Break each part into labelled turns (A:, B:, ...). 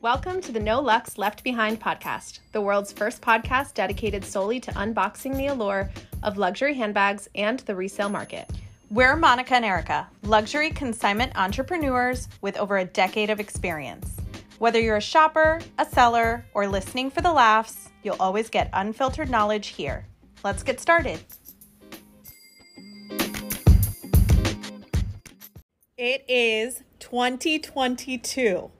A: Welcome to the No Lux Left Behind podcast, the world's first podcast dedicated solely to unboxing the allure of luxury handbags and the resale market.
B: We're Monica and Erica, luxury consignment entrepreneurs with over a decade of experience. Whether you're a shopper, a seller, or listening for the laughs, you'll always get unfiltered knowledge here. Let's get started. It is 2022.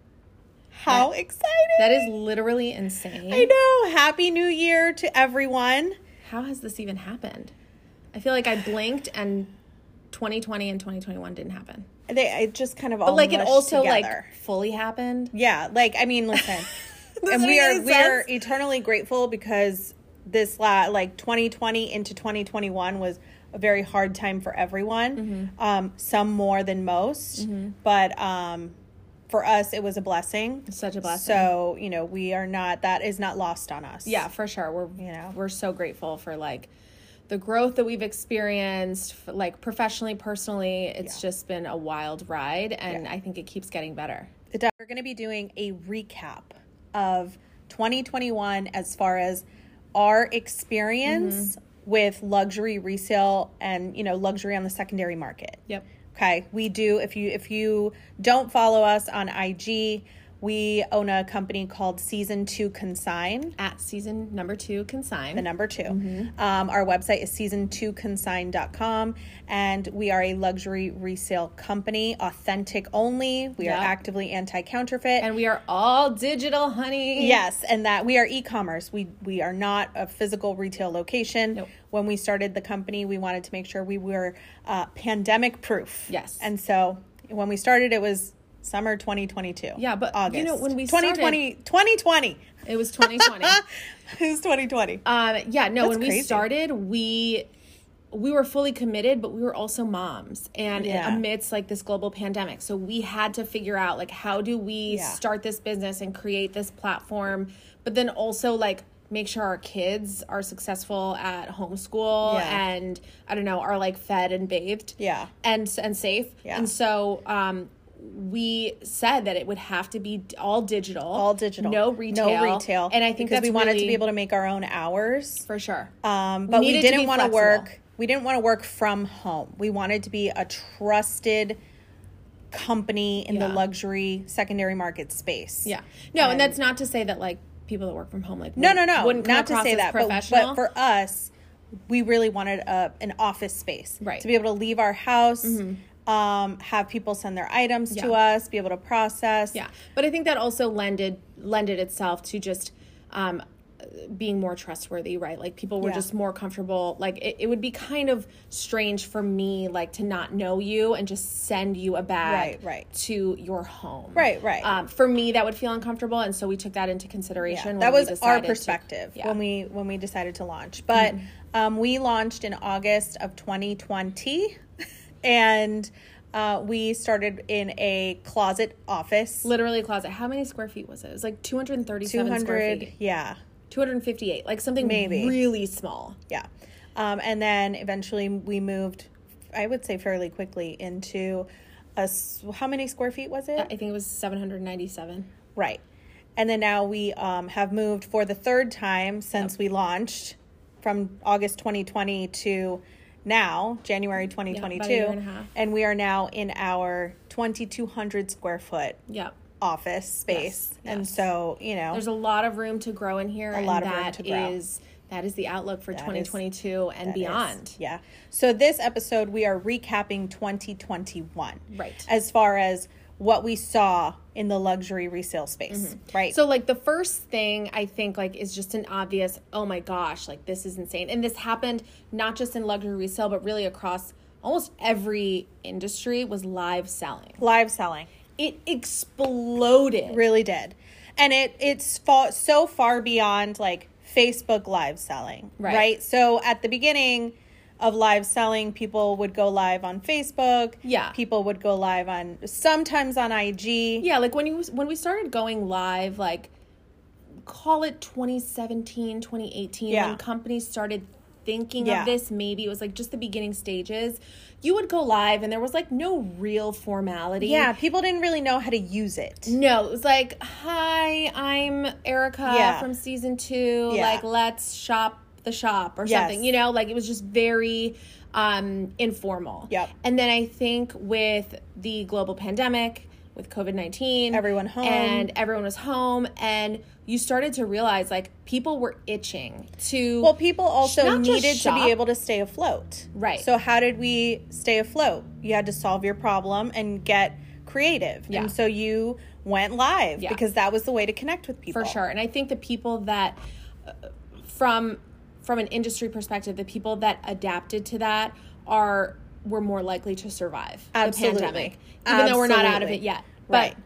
B: How exciting!
A: That is literally insane.
B: I know. Happy New Year to everyone.
A: How has this even happened? I feel like I blinked and 2020 and 2021 didn't happen.
B: They it just kind of all
A: But like it
B: mushed
A: also
B: together.
A: like fully happened.
B: yeah. Like I mean, listen, and
A: Doesn't
B: we
A: make
B: are
A: any
B: we are
A: sense.
B: eternally grateful because this la- like 2020 into 2021 was a very hard time for everyone.
A: Mm-hmm.
B: Um, some more than most, but um, for us it was a blessing.
A: Such a blessing.
B: So you know we are not that is not lost on us.
A: Yeah, for sure. We're
B: You know.
A: we're so grateful for like the growth that we've experienced, f- like professionally, personally. It's just been a wild ride, and I think it keeps getting better.
B: It does- We're going to be doing a recap of 2021 as far as our experience with luxury resale and, you know, luxury on the secondary market.
A: Yep.
B: Okay, we do. If you if you don't follow us on IG, we own a company called Season Two Consign,
A: At season number two,
B: the
A: consign.
B: number 2 Um, our website is season2consign.com, and we are a luxury resale company, authentic only. We
A: Yeah.
B: are actively anti counterfeit.
A: And we are all digital, honey.
B: Yes, and that we are e-commerce. We we are not a physical retail location. When we started the company, we wanted to make sure we were uh, pandemic proof.
A: Yes.
B: and so when we started, it was summer 2022.
A: Yeah, but,
B: August.
A: you know, when we
B: 2020 2020
A: It was 2020.
B: who's 2020?
A: um, yeah, no, when we
B: crazy.
A: started, we we were fully committed, but we were also moms and
B: Yeah.
A: amidst like this global pandemic. So we had to figure out like how do we
B: Yeah.
A: start this business and create this platform, but then also like make sure our kids are successful at homeschool
B: Yeah.
A: and I don't know, are like fed and bathed.
B: Yeah.
A: And and safe.
B: Yeah.
A: And so um we said that it would have to be all digital.
B: All digital.
A: No retail.
B: No retail.
A: And I think
B: because
A: that's
B: we wanted
A: really-
B: to be able to make our own hours.
A: for sure.
B: Um, but we
A: needed to
B: didn't
A: be
B: want to
A: flexible.
B: work. We didn't want to work from home. We wanted to be a trusted company in
A: Yeah.
B: the luxury secondary market space.
A: yeah. No, and, that's not to say that like people that work from home like
B: No, no, no.
A: wouldn't come
B: Not to
A: across
B: say
A: as
B: that, but,
A: professional.
B: but for us, we really wanted a, an office space,
A: Right. Mm-hmm.
B: To be able to leave our house, um, have people send their items to
A: Yeah.
B: us, be able to process.
A: yeah. But I think that also lended lended itself to just um being more trustworthy, right? Like people were
B: Yeah.
A: just more comfortable. Like it, it would be kind of strange for me like to not know you and just send you a bag
B: Right, right.
A: to your home.
B: Right, right.
A: Um, for me that would feel uncomfortable and so we took that into consideration.
B: that
A: when we
B: was our
A: decided to-
B: perspective
A: yeah. Mm-hmm.
B: when we when we decided to launch but um, we launched in august of 2020 and uh, we started in a closet office
A: literally a closet. How many square feet was it? It was like 237 square
B: 200
A: feet.
B: yeah
A: 258, like something
B: Maybe.
A: really small.
B: yeah um, and then eventually we moved i would say fairly quickly into a s- how many square feet was it
A: I think it was 797.
B: Right. And then now we um, have moved for the third time since we launched from August 2020 to now, January 2022.
A: year and a half.
B: and we are now in our 2,200 square foot
A: Yep.
B: office space.
A: Yes,
B: And so, you know,
A: There's a lot of room to grow in here. A
B: lot of room to grow.
A: that is the outlook for
B: is-
A: 2022 and
B: that is-
A: beyond.
B: yeah. So this episode, we are recapping 2021.
A: Right.
B: As far as what we saw in the luxury resale space. Right.
A: Mm-hmm. So like the first thing I think like is just an obvious, oh my gosh, like this is insane. And this happened not just in luxury resale but really across almost every industry was live selling.
B: live selling.
A: It exploded.
B: really did and it it's fa- so far beyond like facebook live selling
A: Right.
B: right. so at the beginning of live selling people would go live on facebook
A: Yeah.
B: people would go live on sometimes on ig
A: Yeah, like when you when we started going live, like call it 2017, 2018,
B: Yeah.
A: when companies started thinking
B: Yeah.
A: of this maybe it was like just the beginning stages you would go live and there was like no real formality
B: Yeah, people didn't really know how to use it.
A: no, it was like, hi, I'm Erica
B: Yeah.
A: from season two.
B: Yeah.
A: Like, let's shop the shop or
B: Yes.
A: something. You know, like it was just very um, informal.
B: Yep.
A: And then I think with the global pandemic, with COVID 19,
B: Everyone home.
A: And everyone was home. And you started to realize like people were itching to.
B: Well, people also
A: Not just
B: needed to
A: shop.
B: be able to stay afloat.
A: Right.
B: So how did we stay afloat? You had to solve your problem and get creative.
A: Yeah.
B: And so you went live
A: Yeah.
B: because that was the way to connect with people.
A: for sure and i think the people that uh, from from an industry perspective the people that adapted to that are were more likely to survive
B: Absolutely.
A: the pandemic even though we're not out of
B: Absolutely.
A: it yet but
B: Right.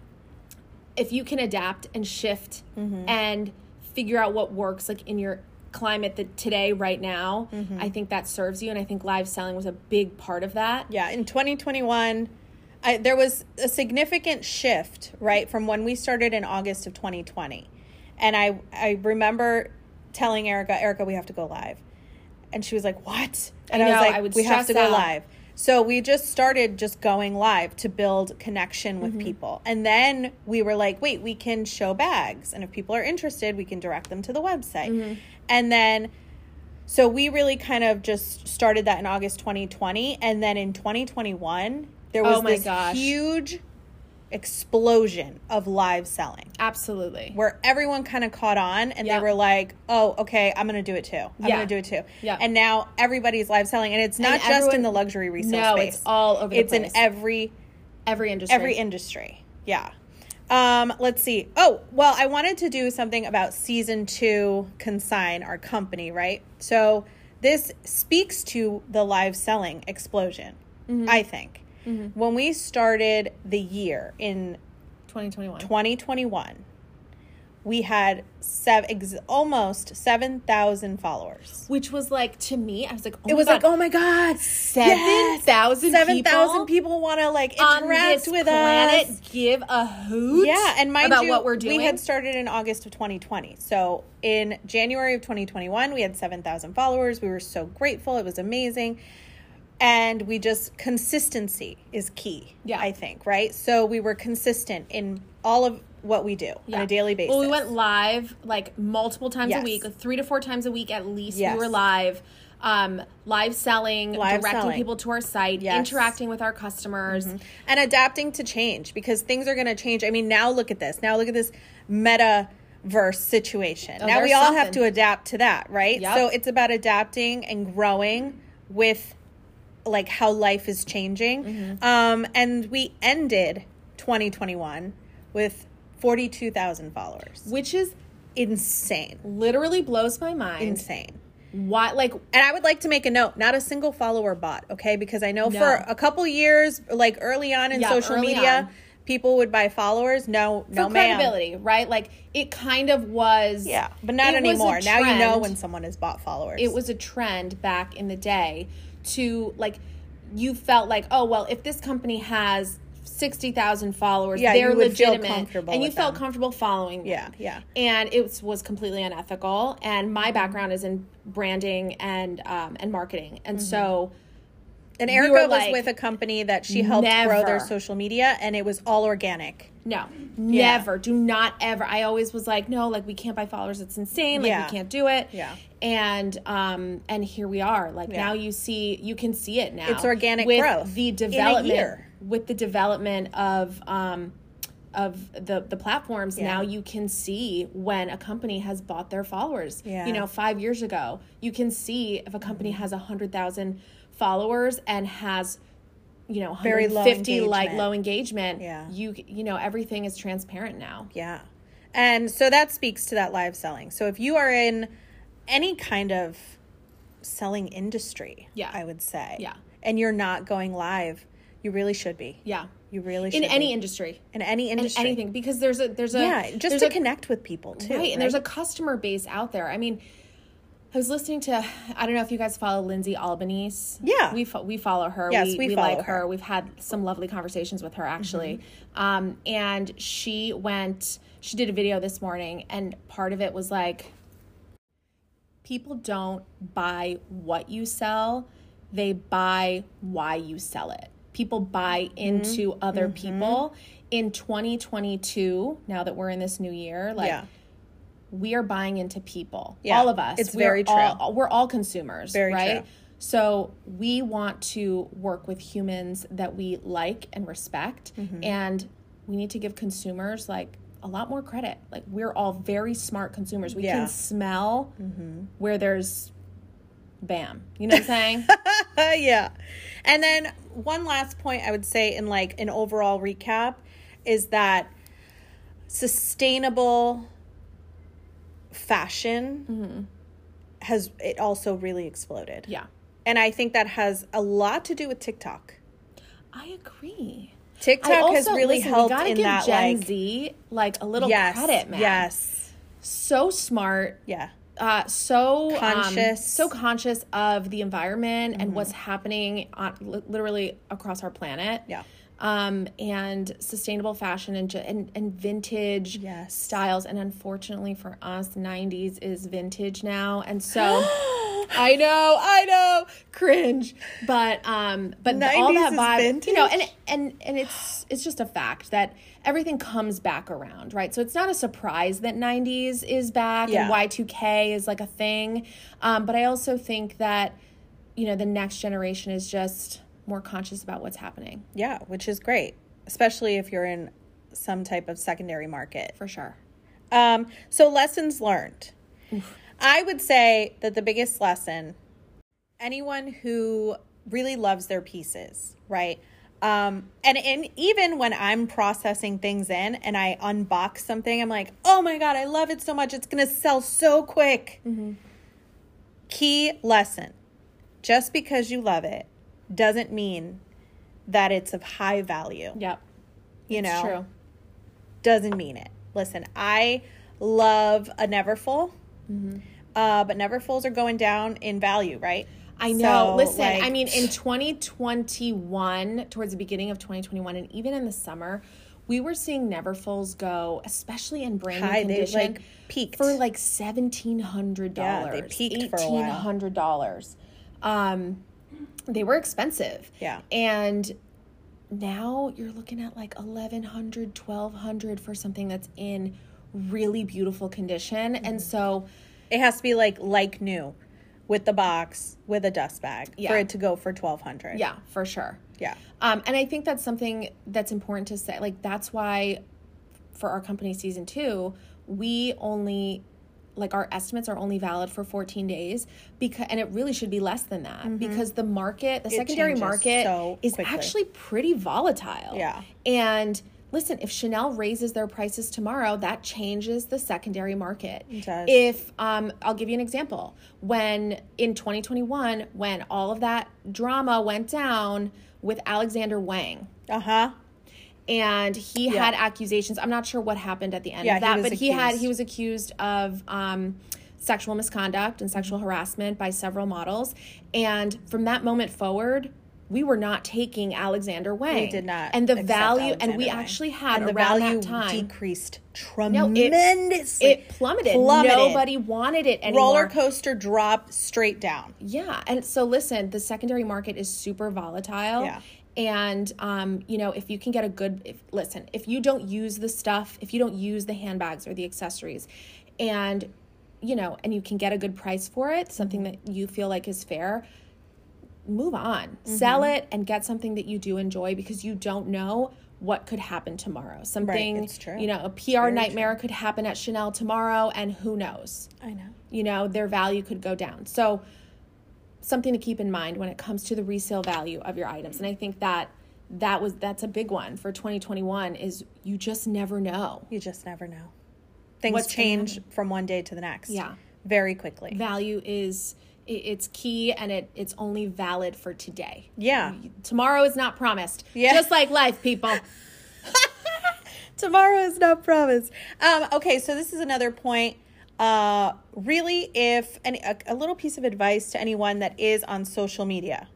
A: if you can adapt and shift
B: Mm-hmm.
A: and figure out what works like in your climate that today right now
B: Mm-hmm.
A: i think that serves you and i think live selling was a big part of that
B: Yeah, in 2021, I, there was a significant shift, right, from when we started in August of 2020. And I, I remember telling Erica, Erica, we have to go live. And she was like, what? And
A: I
B: I,
A: know,
B: was like,
A: I would
B: we have to
A: stress
B: go
A: out.
B: live. So we just started just going live to build connection
A: Mm-hmm.
B: with people. And then we were like, wait, we can show bags. And if people are interested, we can direct them to the website.
A: Mm-hmm.
B: And then so we really kind of just started that in August 2020, and then in 2021 there was
A: Oh my
B: this
A: gosh.
B: huge explosion of live selling
A: absolutely
B: where everyone kind of caught on and
A: Yeah.
B: they were like, "Oh, okay, I'm going to do it too. I'm
A: Yeah.
B: going to do it too."
A: Yeah.
B: And now everybody's live selling, and it's not just in
A: everyone-
B: the luxury resale
A: no
B: space.
A: it's all over the
B: it's
A: place
B: in every
A: every industry
B: every industry. Yeah. Um, let's see. Oh, well, I wanted to do something about season two consign our company, right? So this speaks to the live selling explosion, I think. When we started the year in
A: 2021
B: 2021, we had sev- ex- almost 7,000 followers.
A: which was like to me i was like oh
B: It
A: my
B: was
A: God,
B: like, oh my God,
A: Seven thousand
B: seven thousand people want to like
A: on
B: interact
A: this
B: with
A: planet
B: us.
A: give a hoot.
B: Yeah, and mind
A: about
B: you,
A: what we're doing.
B: we had started in August of 2020. So in January of 2021, we had 7,000 followers. We were so grateful. It was amazing. And we just consistency is key.
A: Yeah.
B: I think right. So we were consistent in all of what we do
A: Yeah.
B: on a daily basis.
A: Well, we went live like multiple times
B: Yes.
A: a week, like three to four times a week at least.
B: Yes.
A: We were live, um, live selling,
B: Live
A: directing
B: selling.
A: people to our site,
B: Yes. Mm-hmm.
A: interacting with our customers.
B: and adapting to change because things are going to change. I mean, now look at this. Now look at this metaverse situation. now
A: Oh, there's
B: we all have
A: something.
B: to adapt to that, right?
A: Yep.
B: So it's about adapting and growing with like how life is changing.
A: Mm-hmm.
B: Um, and we ended 2021 with 42,000 followers.
A: Which is
B: Insane.
A: literally blows my mind.
B: Insane.
A: Why like
B: And I would like to make a note, not a single follower bot, okay? Because I know
A: No.
B: for a couple years, like early on in
A: Yeah,
B: social
A: early on.
B: media, people would buy followers. No,
A: for
B: no, ma'am.
A: credibility, right? Like it kind of was
B: Oh, Yeah, but not
A: it was a
B: anymore. Now you know
A: trend.
B: when someone has bought followers.
A: it was a trend back in the day to like you felt like oh well if this company has 60,000 followers
B: Yeah,
A: they're
B: you would feel
A: legitimate
B: comfortable
A: and you
B: with
A: felt
B: them.
A: comfortable following them.
B: Yeah, yeah.
A: and it was, was completely unethical and my background is in branding and um, and marketing
B: Mm-hmm.
A: and so
B: and
A: were
B: Erica was
A: like,
B: with a company that she helped grow their
A: never.
B: social media, and it was all organic.
A: no never do not ever i always was like no like we can't buy followers it's insane like
B: Yeah.
A: we can't do it
B: Yeah.
A: and um and here we are like now you see you can see it now
B: It's organic
A: with
B: growth
A: the
B: in a
A: development
B: year.
A: with the development of um of the the platforms now you can see when a company has bought their followers
B: Yeah.
A: you know five years ago you can see if a company has a hundred thousand followers and has you know
B: Very low
A: 150 like
B: engagement.
A: low engagement
B: Yeah.
A: you you know everything is transparent now
B: Yeah. And so that speaks to that live selling. So if you are in any kind of selling industry,
A: Yeah.
B: I would say,
A: Yeah.
B: and you're not going live, you really should be.
A: yeah
B: You really should
A: in any
B: be.
A: industry
B: in any
A: in
B: industry.
A: anything because there's a there's a
B: Yeah, just
A: there's
B: to
A: a
B: connect with people too.
A: Right, and there's a customer base out there. I mean, I was listening to I don't know if you guys follow Lindsay Albanese.
B: Yeah.
A: we fo- we follow her.
B: Yes,
A: we,
B: we
A: we
B: follow
A: like her.
B: her. Mm-hmm.
A: We've had some lovely conversations with her actually. Um, and she went. She did a video this morning, and part of it was like people don't buy what you sell, they buy why you sell it. People
B: Mm-hmm.
A: buy into other people. In 2022, now that we're in this new year, like
B: yeah.
A: we are buying into people.
B: Yeah,
A: All of us.
B: it's
A: We are
B: very true.
A: all- we're all consumers,
B: Very
A: right?
B: true.
A: So we want to work with humans that we like and respect,
B: Mm-hmm.
A: and we need to give consumers like a lot more credit. Like we're all very smart consumers. We
B: Yeah. Mm-hmm.
A: can smell where there's bam. You know what I'm saying?
B: Uh, yeah. And then one last point I would say in like an overall recap is that sustainable fashion has it also really exploded.
A: Mm-hmm. yeah.
B: And I think that has a lot to do with TikTok.
A: I agree.
B: TikTok
A: I also,
B: has really
A: listen,
B: helped
A: we gotta
B: in
A: give
B: that
A: Gen
B: like
A: Z like a little
B: yes,
A: credit, man.
B: yes,
A: So smart,
B: yeah,
A: uh, so um,
B: Conscious. Mm-hmm.
A: so conscious of the environment and what's happening on li- literally across our planet.
B: yeah,
A: Um, and sustainable fashion and ju- and, and vintage
B: Yes.
A: styles. And unfortunately for us, '90s is vintage now, and so. I know, I know, cringe, but um, but the- all
B: 90s
A: that
B: is
A: vibe, you know, and
B: vintage?
A: and and it's it's just a fact that everything comes back around, right? So it's not a surprise that '90s is back
B: Yeah.
A: and Y2K is like a thing, um, but I also think that you know the next generation is just more conscious about what's happening
B: yeah, which is great, especially if you're in some type of secondary market.
A: for sure.
B: Um, so lessons learned. I would say that the biggest lesson anyone who really loves their pieces, right? Um, and in, even when I'm processing things in and I unbox something, I'm like, oh my God, I love it so much. It's going to sell so quick.
A: Mm-hmm.
B: Key lesson just because you love it doesn't mean that it's of high value.
A: Yep,
B: you know,
A: it's true.
B: doesn't mean it. Listen, I love a Neverfull,
A: Mm-hmm.
B: uh, but Neverfulls are going down in value, right?
A: I know.
B: So,
A: Listen,
B: like,
A: I mean, in 2021, towards the beginning of 2021, and even in the summer, we were seeing Neverfulls go, especially in brand new
B: High, they,
A: condition,
B: like, peaked.
A: for like seventeen hundred dollars.
B: Yeah, they peaked for a while.
A: eighteen hundred dollars. Um, they were expensive.
B: Yeah.
A: and now you're looking at like 1100 1200 for something that's in really beautiful condition
B: Mm-hmm.
A: and so
B: it has to be like like new, with the box with a dust bag for
A: Yeah.
B: it to go for twelve hundred.
A: yeah for sure
B: yeah,
A: Um, and I think that's something that's important to say. Like that's why for our company season two, we only like our estimates are only valid for 14 days because and it really should be less than that because the market the secondary
B: Mm-hmm.
A: market
B: changes so
A: is
B: quickly.
A: actually pretty volatile
B: Yeah.
A: and listen if chanel raises their prices tomorrow that changes the secondary market
B: does.
A: if um, i'll give you an example when in 2021 when all of that drama went down with alexander wang
B: uh huh.
A: and he had accusations. I'm not sure what happened at the end
B: Yeah, he
A: of that,
B: was
A: but he had
B: accused.
A: he was accused of um, sexual misconduct and sexual harassment by several models. And from that moment forward, we were not taking Alexander Wang.
B: did not
A: And the
B: accept
A: value,
B: Alexander
A: and we
B: Wang.
A: actually had
B: And the
A: around
B: value
A: that time.
B: decreased
A: it-
B: tremendously.
A: it plummeted.
B: Plummeted.
A: Nobody wanted it anymore.
B: roller coaster drop straight down.
A: Yeah. And so listen, the secondary market is super volatile.
B: Yeah.
A: And um, you know, if you can get a good if listen, if you don't use the stuff, if you don't use the handbags or the accessories and you know, and you can get a good price for it, something that you feel like is fair, move on.
B: Mm-hmm.
A: Sell it and get something that you do enjoy because you don't know what could happen tomorrow. Something
B: it's true.
A: you know, a PR nightmare could happen at Chanel tomorrow and who knows
B: I know.
A: you know, their value could go down. So, something to keep in mind when it comes to the resale value of your items. And I think that that was that's a big one for 2021 is you just never know.
B: You just never know. Things
A: What's gonna
B: change from one day to the next.
A: Yeah.
B: Very quickly.
A: Value is i- it's key and it it's only valid for today.
B: Yeah.
A: Tomorrow is not promised.
B: Yeah.
A: Just like life, people.
B: Tomorrow is not promised. Um, okay, so this is another point. Uh, really, if any, a, a little piece of advice to anyone that is on social media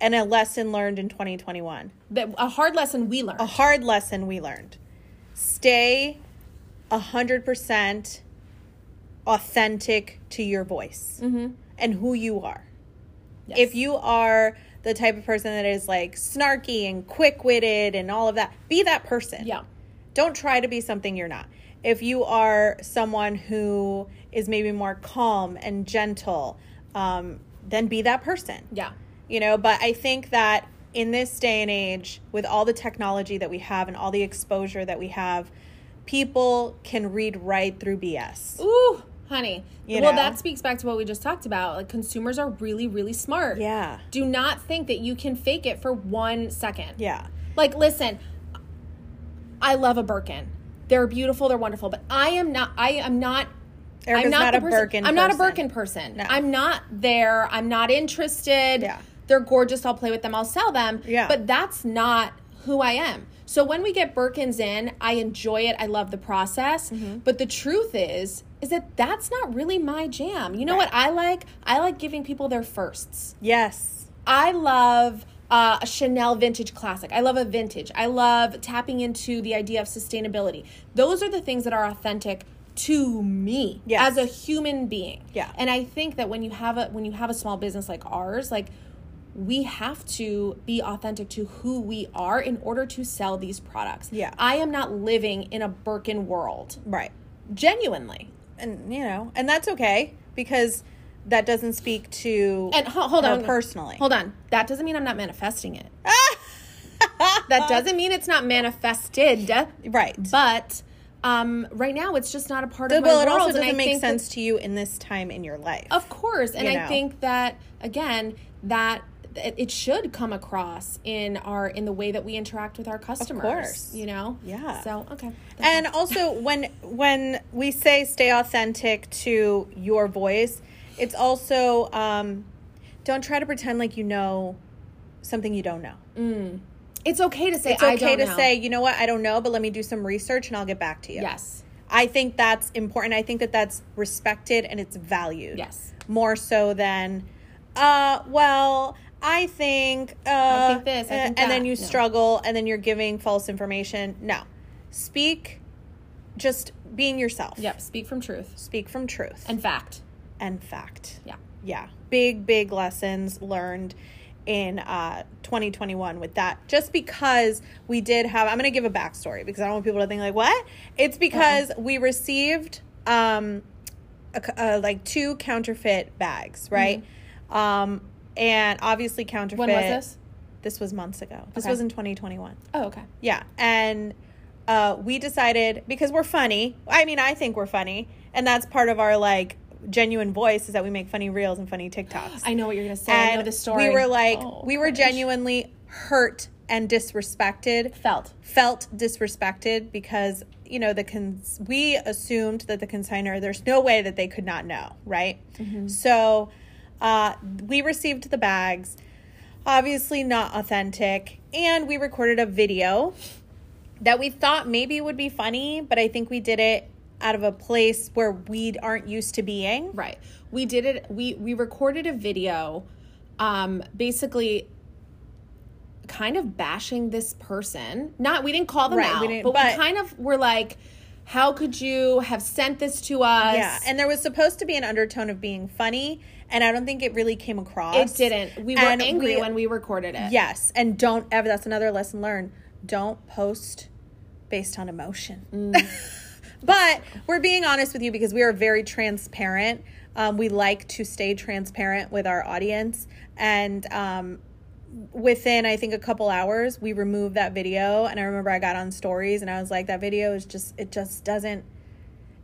B: and a lesson learned in 2021,
A: That a hard lesson we learned.
B: a hard lesson we learned stay 100% authentic to your voice and who you are.
A: Mm-hmm. Yes.
B: If you are the type of person that is like snarky and quick witted and all of that, be that person.
A: yeah.
B: Don't try to be something you're not. If you are someone who is maybe more calm and gentle, um, then be that person
A: Yeah.
B: you know but i think that in this day and age with all the technology that we have and all the exposure that we have people can read right through bs
A: Ooh, honey.
B: You
A: well,
B: know?
A: that speaks back to what we just talked about. Like consumers are really, really smart.
B: yeah
A: Do not think that you can fake it for one second.
B: yeah
A: Like, listen, I love a Birkin. They're beautiful. They're wonderful. But I am not. I am not.
B: Erica's
A: I'm not,
B: not
A: the
B: a
A: person.
B: Birkin
A: I'm not a
B: person.
A: Birkin person.
B: No.
A: I'm not there. I'm not interested.
B: Yeah.
A: They're gorgeous. I'll play with them. I'll sell them.
B: Yeah.
A: But that's not who I am. So when we get Birkins in, I enjoy it. I love the process.
B: Mm-hmm.
A: But the truth is, is that that's not really my jam. You know what I like? I like giving people their firsts.
B: yes
A: I love uh, a Chanel vintage classic. I love a vintage. I love tapping into the idea of sustainability. Those are the things that are authentic to me
B: Yes.
A: as a human being.
B: Yeah.
A: And I think that when you have a when you have a small business like ours, like we have to be authentic to who we are in order to sell these products.
B: Yeah.
A: I am not living in a Birkin world.
B: right
A: Genuinely.
B: and you know and that's okay because that doesn't speak to
A: And ho- hold
B: her
A: on.
B: personally
A: Hold on. That doesn't mean I'm not manifesting it. that doesn't mean it's not manifested.
B: right
A: But um, right now, it's just not a part
B: but,
A: of my
B: well it
A: world.
B: also
A: and I
B: doesn't make
A: think that-
B: sense to you in this time in your life
A: of course, and
B: you
A: I
B: know.
A: think that again that it it should come across in our in the way that we interact with our customers.
B: course.
A: you know.
B: Yeah.
A: So okay.
B: and also when when we say stay authentic to your voice it's also um don't try to pretend like you know something you don't know
A: it's okay to say
B: it's
A: I
B: okay
A: don't
B: to
A: know.
B: say you know what i don't know but let me do some research and i'll get back to you
A: yes.
B: i think that's important i think that that's respected and it's valued
A: Yes.
B: more so than uh well I think, uh, I
A: think this, I think
B: and then
A: that.
B: you
A: No.
B: struggle, and then you're giving false information. No, speak, just being yourself.
A: Yep. Speak from truth
B: Speak from truth
A: and fact.
B: and fact.
A: Yeah.
B: Yeah. Big, big lessons learned in uh, 2021 with that. Just because we did have, I'm going to give a backstory because I don't want people to think, like, what? It's because we received um, a, c- uh, like two counterfeit bags, right? Um, and obviously, counterfeit.
A: Mm-hmm. When was this?
B: This was months ago. This
A: Okay.
B: was in 2021.
A: Oh, okay.
B: Yeah. And uh, we decided because we're funny. I mean, I think we're funny. And that's part of our like genuine voice is that we make funny reels and funny TikToks.
A: I know what you're gonna say. I
B: and
A: know the story.
B: we were like,
A: Oh,
B: we were
A: gosh.
B: genuinely hurt and disrespected,
A: felt.
B: felt disrespected because, you know, the cons- we assumed that the consigner, there's no way that they could not know, right?
A: Mm-hmm.
B: So uh, we received the bags, obviously not authentic, and we recorded a video that we thought maybe would be funny, but I think we did it out of a place where we aren't used to being.
A: Right. We did it. We we recorded a video, um, basically, kind of bashing this person. Not we didn't call them
B: Right,
A: out,
B: we didn't-
A: but,
B: but-
A: we kind of were like, "How could you have sent this to us?"
B: Yeah, and there was supposed to be an undertone of being funny, and I don't think it really came across.
A: it didn't. We were
B: And
A: angry
B: we-
A: when we recorded it.
B: Yes, and don't ever. That's another lesson learned. Don't post based on emotion.
A: Mm.
B: but we're being honest with you because we are very transparent. Um, we like to stay transparent with our audience, and um, within I think a couple hours, we removed that video. And I remember I got on stories, and I was like, "That video is just it just doesn't.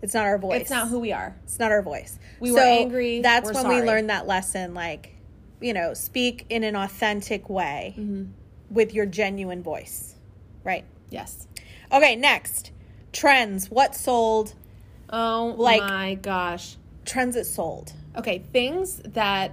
B: It's not our voice.
A: It's not who we are.
B: It's not our voice.
A: We were angry.
B: That's
A: We're
B: when we
A: sorry.
B: learned that lesson. Like, you know, speak in an authentic way
A: Mm-hmm.
B: with your genuine voice. Right.
A: Yes.
B: Okay. Next, trends. What sold?
A: Oh
B: Like-
A: my gosh.
B: Trends that sold.
A: Okay, things that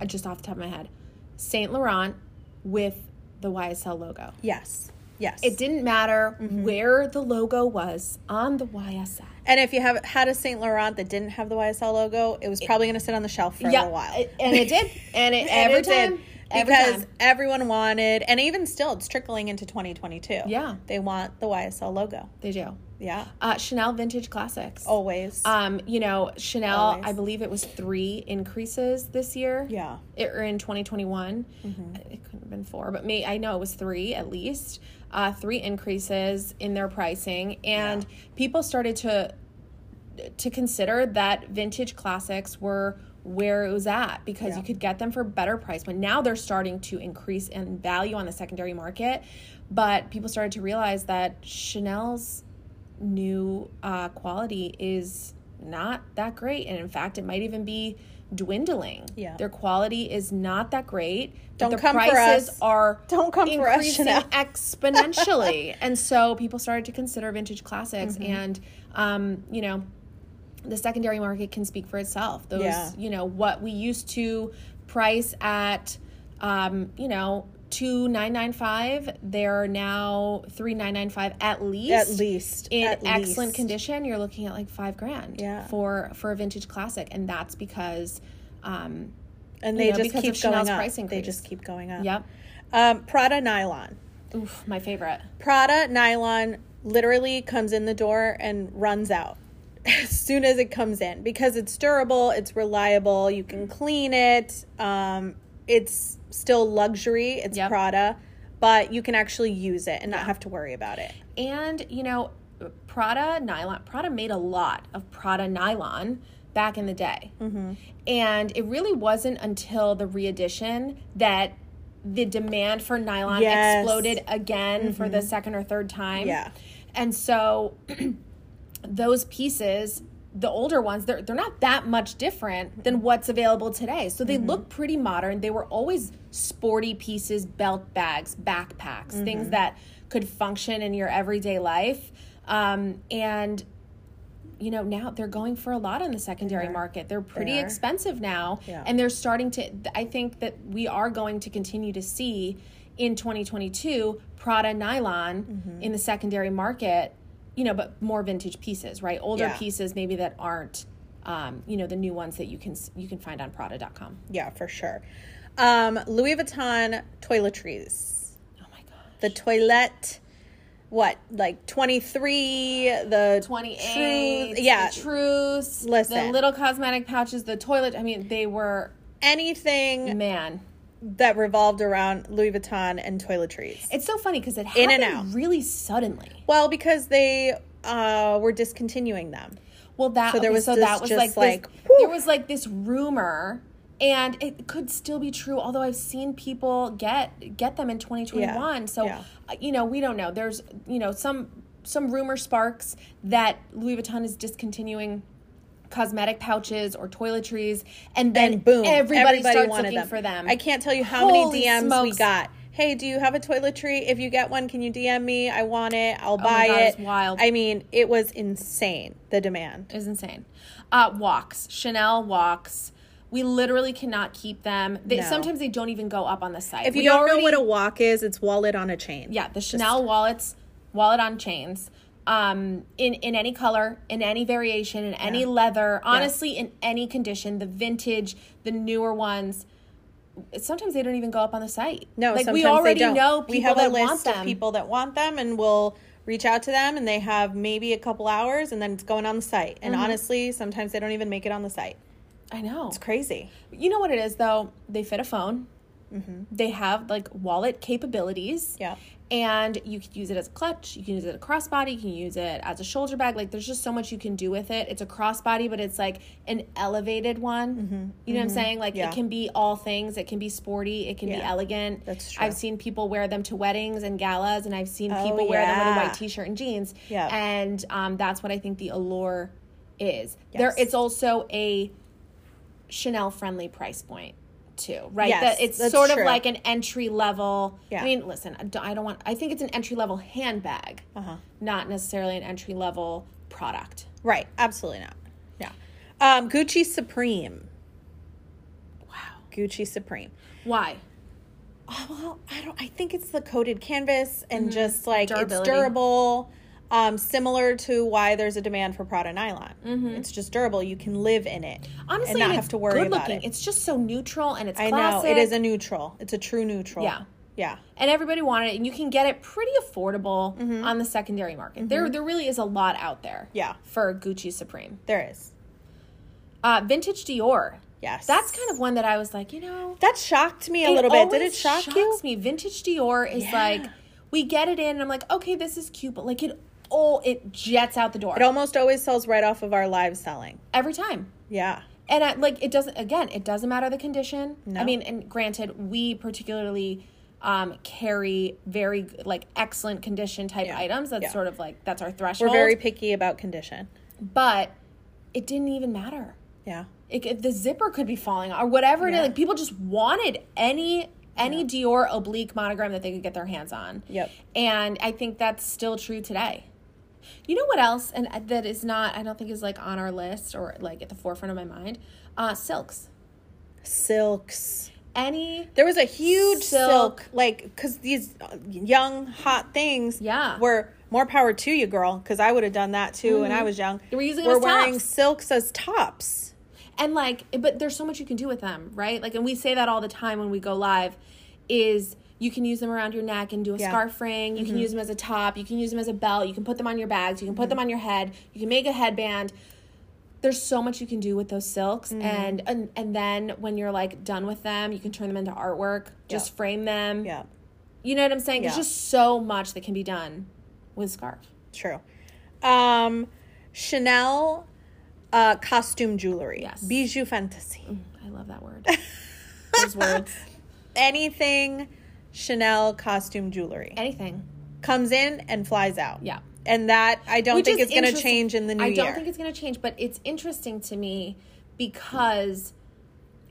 A: uh, just off the top of my head, Saint Laurent with the YSL logo.
B: Yes. Yes.
A: It didn't matter
B: Mm-hmm.
A: where the logo was on the YSL.
B: and if you have had a Saint Laurent that didn't have the YSL logo, it was probably going to sit on the shelf for a little while.
A: it- and it did, and it
B: And
A: every
B: it did,
A: time, every
B: because
A: time.
B: everyone wanted, and even still, it's trickling into 2022.
A: Yeah.
B: They want the YSL logo.
A: they do.
B: Yeah.
A: Uh, Chanel Vintage Classics.
B: Always.
A: Um, you know, Chanel,
B: Oh. Always.
A: I believe it was three increases this year.
B: yeah.
A: It, or in 2021. It couldn't have been four, but me, I know it was three at least. Uh, three increases in their pricing. And people started to to consider that vintage classics were where it was at because you could get them for a better price. But now they're starting to increase in value on the secondary market. But people started to realize that Chanel's new uh, quality is not that great. And in fact, it might even be dwindling.
B: Yeah.
A: Their quality is not that great. but
B: Don't
A: the
B: come for
A: prices
B: us.
A: are
B: Don't come for us,
A: increasing
B: Chanel.
A: exponentially. and so people started to consider vintage classics
B: Mm-hmm.
A: and um, you know, the secondary market can speak for itself. Those,
B: Yeah.
A: you know, what we used to price at, um, you know, two nine nine five, they're now three nine nine five at least.
B: At least.
A: in
B: At
A: excellent
B: least.
A: condition, you're looking at like five grand
B: Yeah.
A: for for a vintage classic, and that's because, um,
B: And
A: you
B: they
A: know,
B: just
A: because
B: keep
A: of
B: going
A: Chanel's
B: up.
A: price
B: They
A: increase.
B: just keep going up.
A: yep,
B: Um, Prada nylon.
A: oof, my favorite.
B: Prada nylon literally comes in the door and runs out as soon as it comes in because it's durable, it's reliable, you can clean it. Um, it's still luxury, it's
A: Yep.
B: Prada, but you can actually use it and not have to worry about it.
A: and you know prada nylon prada made a lot of prada nylon back in the day and it really wasn't until the reedition that the demand for nylon
B: Yes. Mm-hmm.
A: exploded again for the second or third time
B: Yeah.
A: and so those pieces the older ones they're, they're not that much different than what's available today so
B: Mm-hmm.
A: they look pretty modern they were always sporty pieces belt bags backpacks
B: Mm-hmm.
A: things that could function in your everyday life um, and you know now they're going for a lot on the secondary market they're pretty
B: They are.
A: expensive now
B: Yeah.
A: and they're starting to i think that we are going to continue to see in 2022 prada nylon
B: Mm-hmm.
A: in the secondary market you know but more vintage pieces right older
B: Yeah.
A: pieces maybe that aren't um, you know the new ones that you can s- you can find on prada.com
B: Yeah, for sure. Um, Louis Vuitton toiletries.
A: oh my god
B: The toilet what? Like 23, the
A: 28
B: Truth- yeah.
A: the truce the
B: Listen.
A: little cosmetic pouches the toilet i mean they were
B: anything
A: man
B: that revolved around Louis Vuitton and toiletries.
A: it's so funny because it
B: In
A: happened
B: and out.
A: really suddenly
B: Well, because they uh, were discontinuing them.
A: Well, that
B: So there
A: okay,
B: was
A: so
B: this
A: that was
B: just
A: like, this-
B: like, whew.
A: there was like this rumor, and it could still be true. Although I've seen people get get them in 2021,
B: Yeah,
A: so
B: yeah.
A: uh, you know we don't know. There's you know some some rumor sparks that Louis Vuitton is discontinuing cosmetic pouches or toiletries, and then
B: And boom,
A: everybody,
B: everybody,
A: starts
B: wanted
A: looking
B: them.
A: for them.
B: I can't tell you how
A: Holy
B: many DMs we
A: smokes.
B: got. Hey, do you have a toiletry? If you get one, can you DM me? I want it. I'll buy
A: Oh God,
B: it.
A: it's wild.
B: I mean, it was insane the demand.
A: It was insane. Uh, walks, Chanel walks. We literally cannot keep them. They,
B: No.
A: Sometimes they don't even go up on the site.
B: If you
A: We
B: don't know
A: already-
B: what a walk is, it's wallet on a chain.
A: Yeah, the Chanel wallets, wallet on chains, um, in in any color, in any variation, in any leather. Honestly, in any condition, the vintage, the newer ones. Sometimes they don't even go up on the site.
B: No,
A: like
B: sometimes
A: we already
B: they don't.
A: know people
B: we have
A: that
B: a
A: want
B: list
A: them.
B: of people that want them, and we'll reach out to them, and they have maybe a couple hours, and then it's going on the site. And honestly, sometimes they don't even make it on the site.
A: I know.
B: It's crazy.
A: You know what it is though? They fit a phone. They have like wallet capabilities.
B: Mm-hmm. Yeah.
A: And you could use it as a clutch, you can use it as a crossbody, you can use it as a shoulder bag. Like there's just so much you can do with it. It's a crossbody, but it's like an elevated one. You know what I'm saying? Like
B: Mm-hmm. Yeah.
A: it can be all things. It can be sporty, it can be
B: Yeah.
A: elegant.
B: That's true.
A: I've seen people wear them to weddings and galas, and I've seen
B: Oh,
A: people wear them with a
B: yeah.
A: white t-shirt and jeans.
B: Yeah.
A: And um, that's what I think the allure is. There
B: Yes.
A: it's also a Chanel friendly price point too, right?
B: Yes,
A: that it's
B: that's
A: sort
B: true.
A: of like an entry level.
B: Yeah.
A: I mean, listen, I don't- I don't want. I think it's an entry level handbag, uh-huh. not necessarily an entry level product.
B: Right. Absolutely not. Yeah. Um, Gucci Supreme. Wow. Gucci Supreme.
A: Why?
B: Oh, well, I don't. I think it's the coated canvas and just like it's
A: Durability.
B: durable. Um, similar to why there's a demand for Prada nylon. It's just durable. You can live in it
A: Honestly,
B: and not
A: it's
B: have to worry
A: good
B: about
A: looking.
B: it.
A: It's just so neutral and it's
B: I know
A: classic.
B: it is a neutral. It's a true neutral.
A: yeah.
B: Yeah.
A: and everybody wanted it and you can get it pretty affordable on the secondary market there there really is a lot out there
B: Mm-hmm. Yeah.
A: for gucci supreme
B: There is.
A: uh vintage dior
B: Yes.
A: that's kind of one that i was like you know
B: that shocked me a little bit. Did it
A: always
B: shock
A: shocks
B: you?
A: me vintage dior is
B: Yeah.
A: like we get it in and i'm like okay this is cute but like it oh it jets out the door
B: It almost always sells right off of our live selling.
A: every time
B: Yeah.
A: and I, like it doesn't again it doesn't matter the condition
B: No.
A: i mean and granted we particularly um carry very like excellent condition type
B: Yeah.
A: items that's
B: Yeah.
A: sort of like that's our
B: We're
A: threshold
B: very picky about condition.
A: but it didn't even matter
B: Yeah.
A: it, it- the zipper could be falling or whatever it is
B: Yeah.
A: like people just wanted any any dior oblique monogram that they could get their hands on
B: Yep.
A: and i think that's still true today you know what else and uh, that is not i don't think is like on our list or like at the forefront of my mind uh silks
B: Silks.
A: any
B: There was a huge silk,
A: Silk.
B: like, because these uh, young, hot things
A: Yeah.
B: were more power to you, girl, because I would have done that too when I was young.
A: Mm-hmm. They were using them
B: We're
A: as
B: wearing
A: tops.
B: silks as tops.
A: and like but there's so much you can do with them right like and we say that all the time when we go live is you can use them around your neck and do a
B: Yeah. Mm-hmm.
A: scarf ring you can use them as a top you can use them as a belt you can put them on your bags you can put them on your head you can make a headband there's so much you can do with those silks
B: Mm-hmm.
A: and, and and then when you're like done with them you can turn them into artwork just
B: Yeah.
A: frame them
B: Yeah,
A: you know what i'm saying
B: Yeah.
A: there's just so much that can be done with scarf
B: true. Um, Chanel uh, costume jewelry.
A: Yes.
B: Bijou fantasy.
A: i love that word those words
B: Anything Chanel costume jewelry
A: anything
B: comes in and flies out.
A: yeah
B: And that I don't
A: Which
B: think
A: is
B: is going to
A: interest-
B: change in the new
A: I
B: year.
A: don't think it's going to change, but it's interesting to me because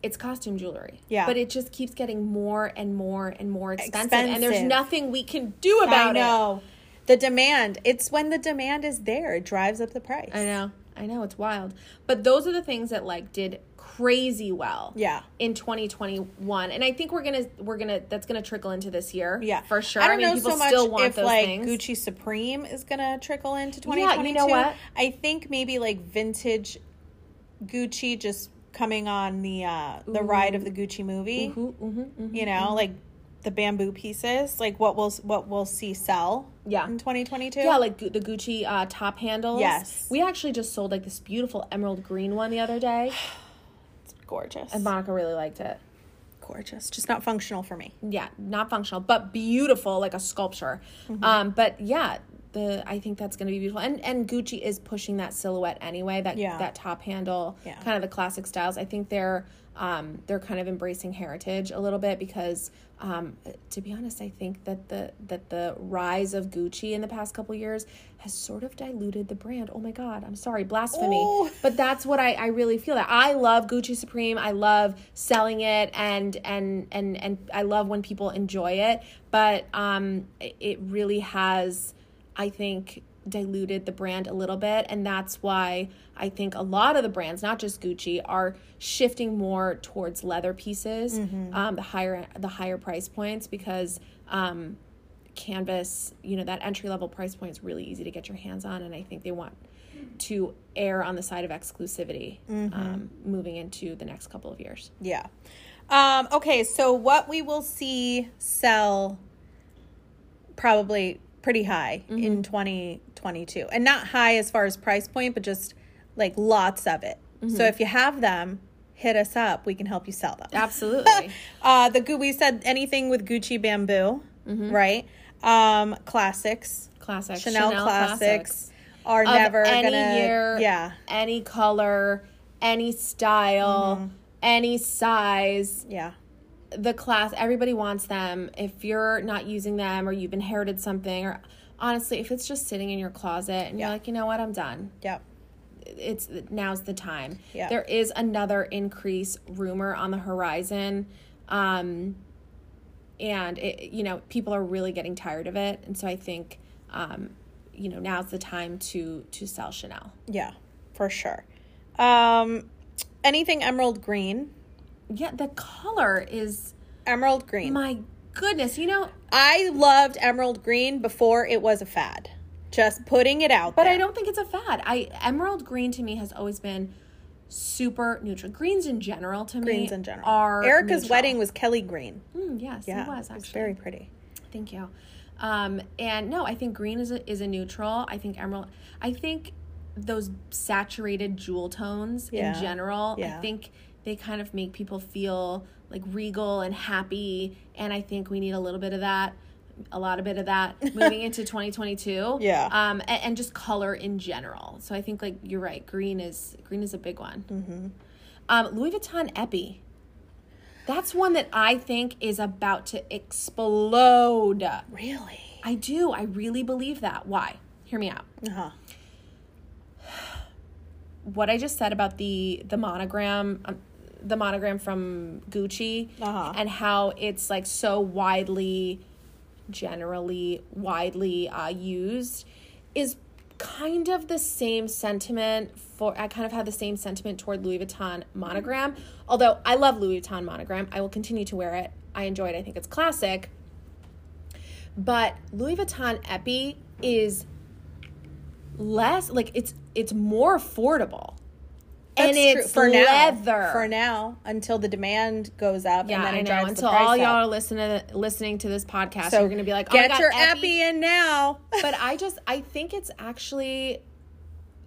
A: it's costume jewelry.
B: Yeah.
A: But it just keeps getting more and more and more expensive, and there's
B: Expensive.
A: nothing we can do about
B: I
A: it.
B: know. The demand. It's when the demand is there, it drives up the price.
A: I know. I know it's wild. But those are the things that like did crazy well.
B: Yeah.
A: In 2021. And I think we're going to we're going to that's going to trickle into this year.
B: Yeah.
A: For sure.
B: I don't
A: mean,
B: know
A: people
B: so much
A: still want
B: if
A: those
B: like
A: things.
B: Gucci Supreme is going to trickle into
A: Yeah,
B: 2022.
A: you know what?
B: I think maybe like vintage Gucci just coming on the uh the ride of the Gucci movie.
A: Ooh, mhm, mhm.
B: You know, like the bamboo pieces, like what we'll what we'll see sell
A: Yeah.
B: in 2022.
A: Yeah, like Gu- the Gucci uh, top handles.
B: Yes.
A: We actually just sold like this beautiful emerald green one the other day.
B: it's gorgeous.
A: And Monica really liked it.
B: gorgeous. Just not functional for me.
A: Yeah, not functional, but beautiful, like a sculpture.
B: Mm-hmm.
A: Um, but yeah, the I think that's gonna be beautiful. And and Gucci is pushing that silhouette anyway, that
B: Yeah.
A: that top handle,
B: Yeah.
A: kind of the classic styles. I think they're um, they're kind of embracing heritage a little bit because um, to be honest, I think that the that the rise of Gucci in the past couple years has sort of diluted the brand. Oh my god, I'm sorry, blasphemy.
B: Ooh.
A: But that's what I, I really feel that I love Gucci Supreme. I love selling it and and and and I love when people enjoy it. But um it- it really has I think diluted the brand a little bit and that's why I think a lot of the brands, not just Gucci, are shifting more towards leather pieces, um the higher the higher price points because um canvas you know that entry level price point is really easy to get your hands on and i think they want to err on the side of exclusivity
B: Mm-hmm.
A: um, moving into the next couple of years
B: Yeah. Um, okay, so what we will see sell probably pretty high
A: Mm-hmm.
B: in 2022. And not high as far as price point, but just like lots of it.
A: Mm-hmm.
B: So if you have them, hit us up. We can help you sell them.
A: absolutely
B: Uh, the Gu- we said anything with Gucci bamboo,
A: Mm-hmm.
B: right? Um, classics,
A: classic
B: Chanel, classics, are
A: Of
B: never
A: any
B: gonna
A: year
B: yeah
A: any color any style
B: Mm-hmm.
A: any size
B: yeah
A: the class everybody wants them if you're not using them or you've inherited something or honestly if it's just sitting in your closet and you're
B: Yeah.
A: like you know what i'm done
B: yep
A: it's now's the time.
B: Yeah.
A: There is another increase rumor on the horizon. Um and it, you know, people are really getting tired of it, and so I think um you know, now's the time to to sell Chanel.
B: Yeah, for sure. Um, anything emerald green,
A: Yeah, the color is
B: emerald green.
A: my goodness, you know,
B: I loved emerald green before it was a fad. Just putting it out
A: but
B: there.
A: I don't think it's a fad. I emerald green to me has always been super neutral. Greens in general to me
B: Greens in general.
A: are
B: Erica's
A: neutral.
B: wedding was Kelly green.
A: Mm, yes,
B: Yeah,
A: it was actually.
B: very pretty.
A: Thank you. Um, and no, I think green is a, is a neutral. I think emerald. I think those saturated jewel tones
B: Yeah.
A: in general.
B: Yeah.
A: I think they kind of make people feel like regal and happy. And I think we need a little bit of that, a lot of bit of that moving into 2022.
B: Yeah.
A: Um, a- and, just color in general. So I think like you're right. Green is green is a big one. Um, Louis Vuitton Epi. That's one that I think is about to explode.
B: Really?
A: I do. I really believe that. Why? Hear me out.
B: Uh huh.
A: What I just said about the the monogram, um, the monogram from Gucci,
B: Uh-huh.
A: and how it's like so widely, generally widely uh, used, is kind of the same sentiment for. I kind of have the same sentiment toward Louis Vuitton monogram. Although I love Louis Vuitton monogram, I will continue to wear it. I enjoy it. I think it's classic. but Louis Vuitton Epi is less like it's it's more affordable. and it's
B: for
A: leather.
B: now. For now, until the demand goes up,
A: yeah,
B: and then it
A: I know.
B: drives
A: Until
B: the price
A: all y'all are
B: up.
A: listening listening to this podcast,
B: So
A: you're gonna be like,
B: get
A: "Oh my
B: your
A: god, Epi!"
B: appy in now.
A: but I just I think it's actually,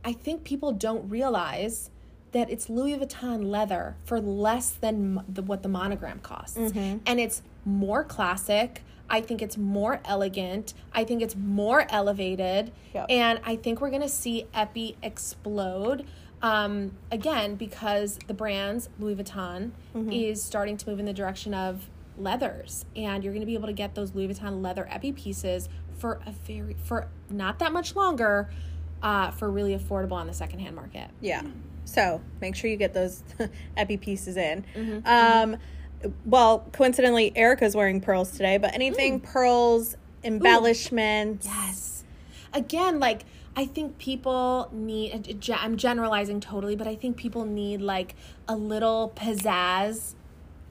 A: I think people don't realize that it's Louis Vuitton leather for less than m- the, what the monogram costs, and it's more classic. I think it's more elegant. I think it's more elevated,
B: Yep.
A: and I think we're gonna see Epi explode. Um, again, because the brands Louis Vuitton is starting to move in the direction of leathers and you're going to be able to get those Louis Vuitton leather epi pieces for a very for not that much longer uh for really affordable on the secondhand market.
B: Yeah. So make sure you get those epi pieces in. Um, well, coincidentally, Erica's wearing pearls today, but anything pearls, embellishments.
A: Yes. Again, like I think people need ge- I'm generalizing totally, but I think people need like a little pizzazz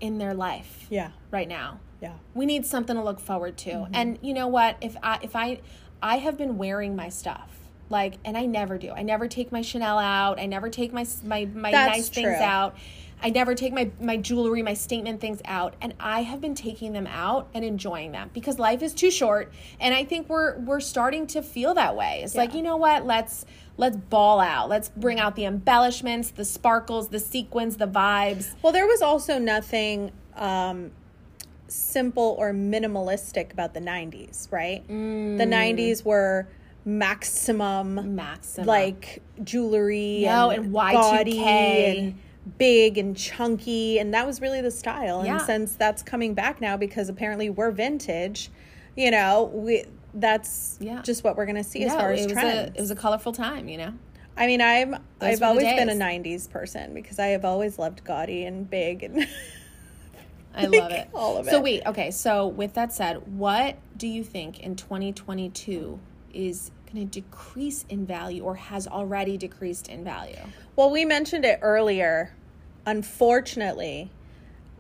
A: in their life
B: Yeah.
A: right now.
B: Yeah.
A: we need something to look forward to
B: Mm-hmm.
A: and you know what if i if i i have been wearing my stuff like and i never do i never take my chanel out i never take my s- my my
B: That's
A: nice
B: true.
A: things out i never take my my jewelry my statement things out and i have been taking them out and enjoying them because life is too short and i think we're we're starting to feel that way it's like you know what let's let's ball out let's bring out the embellishments the sparkles the sequins the vibes
B: Well, there was also nothing um, simple or minimalistic about the 90s, right? The 90s were maximum,
A: maximum
B: like jewelry
A: uh, No,
B: and,
A: and
B: gaudy
A: Y2K.
B: and big and chunky and that was really the style
A: Yeah.
B: and since that's coming back now because apparently we're vintage you know we that's
A: Yeah.
B: just what we're gonna see as
A: Yeah,
B: far
A: it
B: as
A: was
B: trends
A: A, it was a colorful time, you know.
B: I mean, I'm I've
A: were the
B: always been a
A: days.
B: '90s person because I have always loved gaudy and big and
A: I love it.
B: all of
A: So
B: it.
A: wait, okay. So with that said, what do you think in 2022 is going to decrease in value or has already decreased in value?
B: well, we mentioned it earlier. Unfortunately,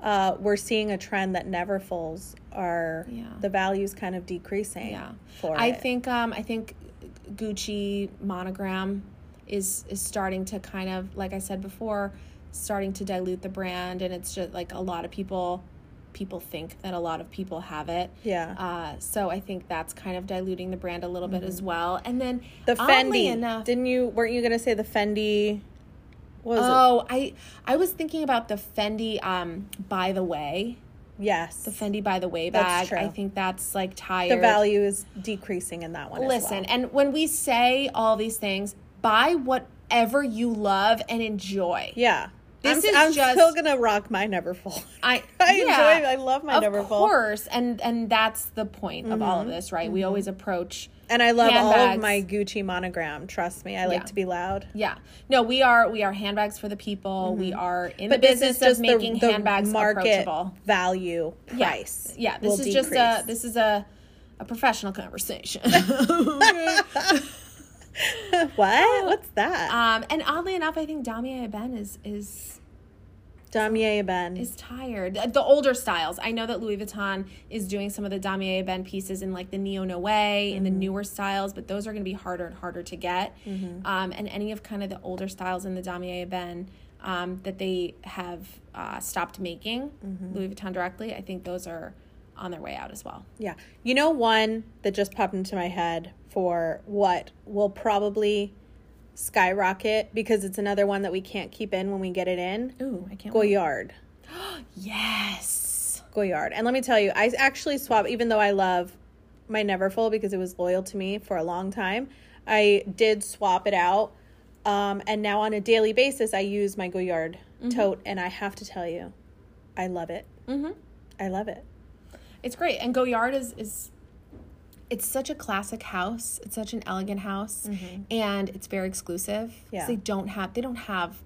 B: uh, we're seeing a trend that never falls are
A: Yeah.
B: the values kind of decreasing.
A: Yeah.
B: for
A: I
B: it.
A: think um I think Gucci monogram is is starting to kind of like I said before, starting to dilute the brand and it's just like a lot of people people think that a lot of people have it.
B: yeah.
A: Uh, so I think that's kind of diluting the brand a little bit as well. And then
B: Mm-hmm. the
A: oddly
B: Fendi.
A: enough,
B: Didn't you? Weren't you gonna say the Fendi? What was it?
A: oh, I I was thinking about the Fendi. Um, by the way,
B: Yes.
A: the Fendi by the way
B: That's
A: bag.
B: true.
A: I think that's like tired.
B: The value is decreasing in that one. as
A: Listen,
B: well.
A: and when we say all these things, buy whatever you love and enjoy.
B: Yeah.
A: This
B: I'm,
A: is
B: I'm
A: just-
B: still gonna rock my never fall.
A: I
B: I
A: yeah.
B: enjoy. I love my Mm-hmm.
A: of
B: never fall.
A: course, and and that's the point of all of this, right? We always approach
B: And I love all of
A: handbags.
B: my Gucci monogram. Trust me, I like
A: Yeah.
B: to be loud.
A: Yeah. No, we are we are handbags for the people. We are in
B: Mm-hmm. But
A: the
B: this
A: business
B: is just
A: of making
B: the, the
A: handbags
B: market
A: approachable.
B: value price.
A: Yeah, this
B: will
A: is just a
B: decrease.
A: this is a a professional conversation.
B: what? What's that?
A: um and oddly enough, I think Damier Ben is is
B: Damier Ben.
A: is tired. The older styles. I know that Louis Vuitton is doing some of the Damier Ben pieces in like the Neo Noe and the newer styles, but those are going to be harder and harder to get. Um, and any of kind of the older styles in the Damier Ben um, that they have uh, stopped making Louis Vuitton directly. I think those are on their way out as well.
B: Yeah. You know, one that just popped into my head for what will probably skyrocket because it's another one that we can't keep in when we get it in
A: Ooh, I can't. wait.
B: Goyard.
A: Yes.
B: Goyard. And let me tell you, I actually swap, even though I love my Neverfull because it was loyal to me for a long time, I did swap it out. Um, and now on a daily basis, I use my Goyard tote. And I have to tell you, I love it. Mm-hmm. I love it.
A: It's great. And Goyard is is it's such a classic house. It's such an elegant house and it's very exclusive. 'cause
B: Yeah.
A: They don't have they don't have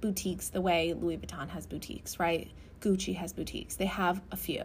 A: boutiques the way Louis Vuitton has boutiques, right? Gucci has boutiques. They have a few.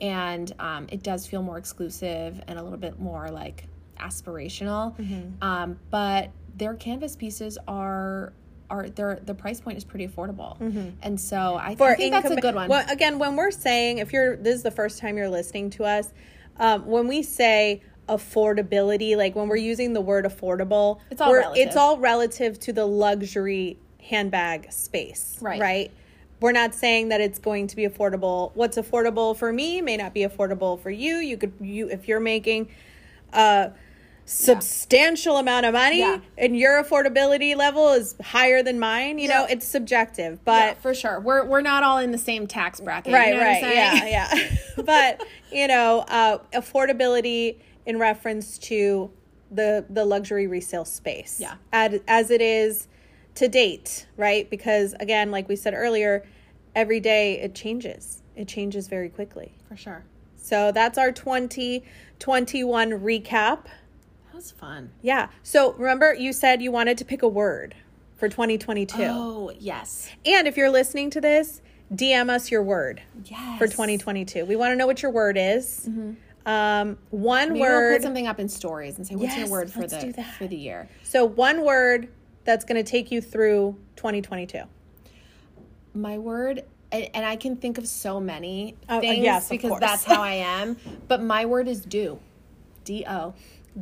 A: And um, it does feel more exclusive and a little bit more like aspirational. Um, but their canvas pieces are are their the price point is pretty affordable. And so I, th- I think that's a
B: incompa-
A: good one.
B: Well, again, when we're saying, if you're this is the first time you're listening to us, um, when we say affordability, like when we're using the word affordable,
A: It's all
B: we're-
A: relative.
B: it's all relative to the luxury handbag space,
A: Right.
B: Right. We're not saying that it's going to be affordable. What's affordable for me may not be affordable for you. You could you if you're making a substantial amount of money
A: Yeah.
B: and your affordability level is higher than mine, you know, it's subjective. But
A: Yeah, for sure. We're we're not all in the same tax bracket. you
B: right
A: know what I'm
B: right yeah
A: saying?
B: yeah but you know uh, affordability in reference to the the luxury resale space
A: Yeah.
B: as, as it is to date right because again like we said earlier every day it changes it changes very quickly
A: For sure.
B: so that's our 2021 recap
A: That was fun.
B: yeah so remember you said you wanted to pick a word for 2022
A: Oh, yes.
B: and if you're listening to this dm us your word
A: Yes. Mm-hmm.
B: for 2022. We want to know what your word is. Um, one
A: Maybe
B: word.
A: we'll put something up in stories and say, what's your
B: Yes,
A: word for
B: let's do
A: the
B: that.
A: for the year?
B: so one word that's going to take you through 2022.
A: My word and, and I can think of so many
B: Oh, uh,
A: things
B: yes, of
A: because
B: course.
A: that's how I am. But my word is do. D O.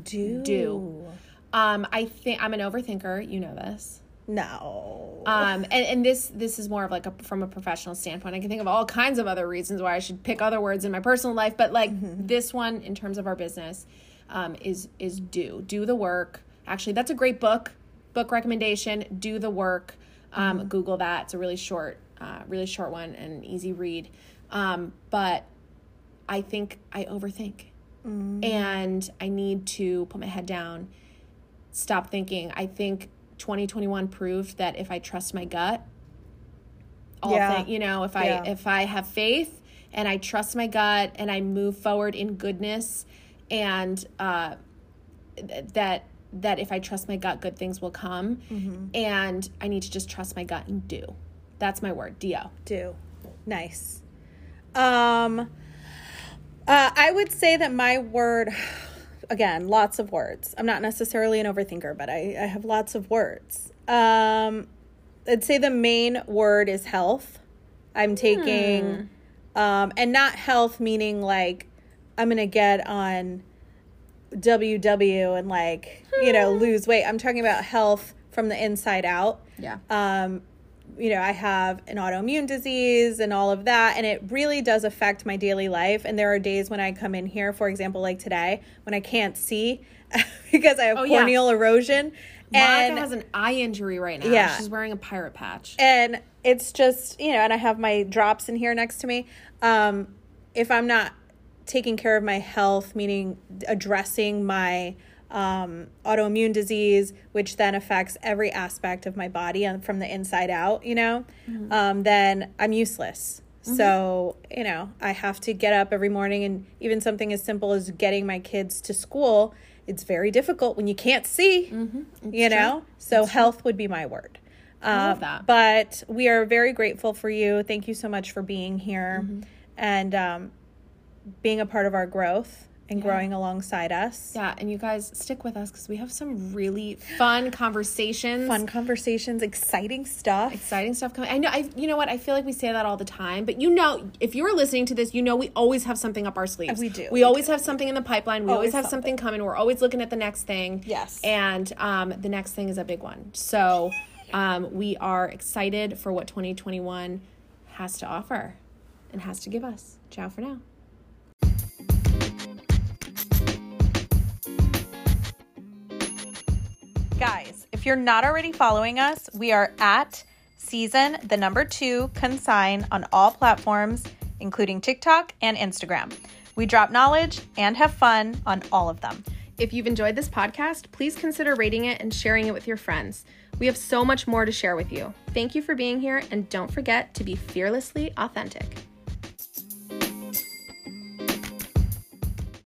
B: Do
A: Do. Um, I think I'm an overthinker, you know this.
B: no.
A: Um, and, and this this is more of like a, from a professional standpoint. I can think of all kinds of other reasons why I should pick other words in my personal life, but like this one in terms of our business um, is is do do the work. Actually, that's a great book book recommendation. Do the work. Um, Google that. It's a really short, uh, really short one and an easy read. Um, but I think I overthink,
B: Mm.
A: and I need to put my head down stop thinking. I think 2021 proved that if I trust my gut, all
B: Yeah.
A: thing, you know, if I
B: Yeah.
A: if I have faith and I trust my gut and I move forward in goodness and uh th- that that if I trust my gut, good things will come.
B: Mm-hmm.
A: And I need to just trust my gut and do. That's my word, do.
B: do. Nice. Um, uh, I would say that my word, again, lots of words. I'm not necessarily an overthinker, but I, I have lots of words. Um, I'd say the main word is health. I'm taking, um, and not health meaning like I'm gonna get on WW and like you know lose weight. I'm talking about health from the inside out
A: Yeah.
B: um, you know, I have an autoimmune disease and all of that. And it really does affect my daily life. And there are days when I come in here, for example, like today, when I can't see because I have
A: Oh, yeah.
B: corneal erosion.
A: Monica
B: and
A: has an eye injury right now.
B: Yeah.
A: She's wearing a pirate patch.
B: and it's just you know and i have my drops in here next to me um if i'm not taking care of my health meaning addressing my um, autoimmune disease which then affects every aspect of my body and from the inside out you know
A: Mm-hmm.
B: um, then i'm useless so you know i have to get up every morning and even something as simple as getting my kids to school it's very difficult when you can't see
A: Mm-hmm.
B: you know so health would be my word
A: I love
B: um,
A: that.
B: But we are very grateful for you. Thank you so much for being here and um, being a part of our growth and growing alongside us.
A: Yeah, and you guys stick with us because we have some really fun conversations,
B: Fun conversations, exciting stuff.
A: exciting stuff coming. I know, I you know what? I feel like we say that all the time, but you know, if you're listening to this, you know we always have something up our sleeves.
B: We do,
A: We,
B: we
A: always have something in the pipeline. We always,
B: Always
A: have something. coming. We're always looking at the next thing.
B: Yes.
A: And um, the next thing is a big one. So Um, we are excited for what 2021 has to offer and has to give us. Ciao for now.
B: Guys, if you're not already following us, we are at season the number two consign on all platforms, including TikTok and Instagram. We drop knowledge and have fun on all of them.
A: If you've enjoyed this podcast, please consider rating it and sharing it with your friends. We have so much more to share with you. Thank you for being here, and don't forget to be fearlessly authentic.